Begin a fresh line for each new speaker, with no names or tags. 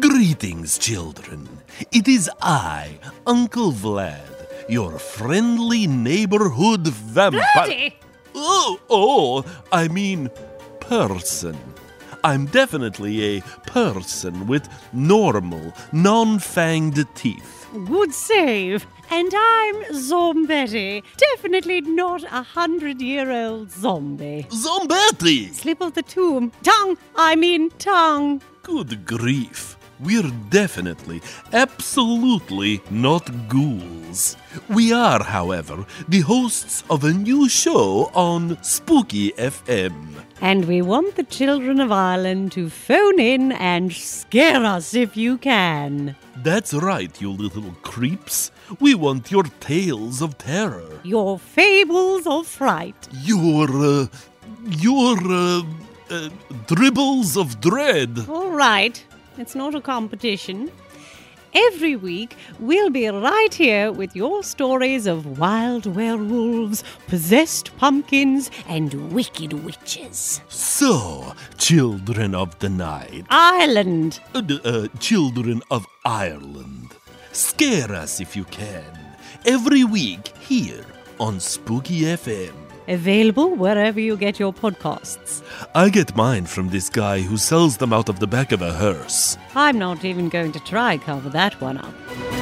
Greetings, children. It is I, Uncle Vlad, your friendly neighborhood vampire.
Bloody!
Oh, oh, I mean, person. I'm definitely a person with normal, non fanged teeth.
Good save. And I'm Zombetti. Definitely not a hundred year old zombie.
Zombetti!
Slip of the tomb. Tongue. I mean, tongue.
Good grief. We're definitely, absolutely not ghouls. We are, however, the hosts of a new show on Spooky FM.
And we want the children of Ireland to phone in and scare us if you can.
That's right, you little creeps. We want your tales of terror.
Your fables of fright.
Your, uh, your, uh, uh, dribbles of dread.
All right, it's not a competition. Every week, we'll be right here with your stories of wild werewolves, possessed pumpkins, and wicked witches.
So, children of the night,
Ireland!
uh, d- uh, children of Ireland, scare us if you can. Every week here on Spooky FM.
Available wherever you get your podcasts.
I get mine from this guy who sells them out of the back of a hearse.
I'm not even going to try cover that one up.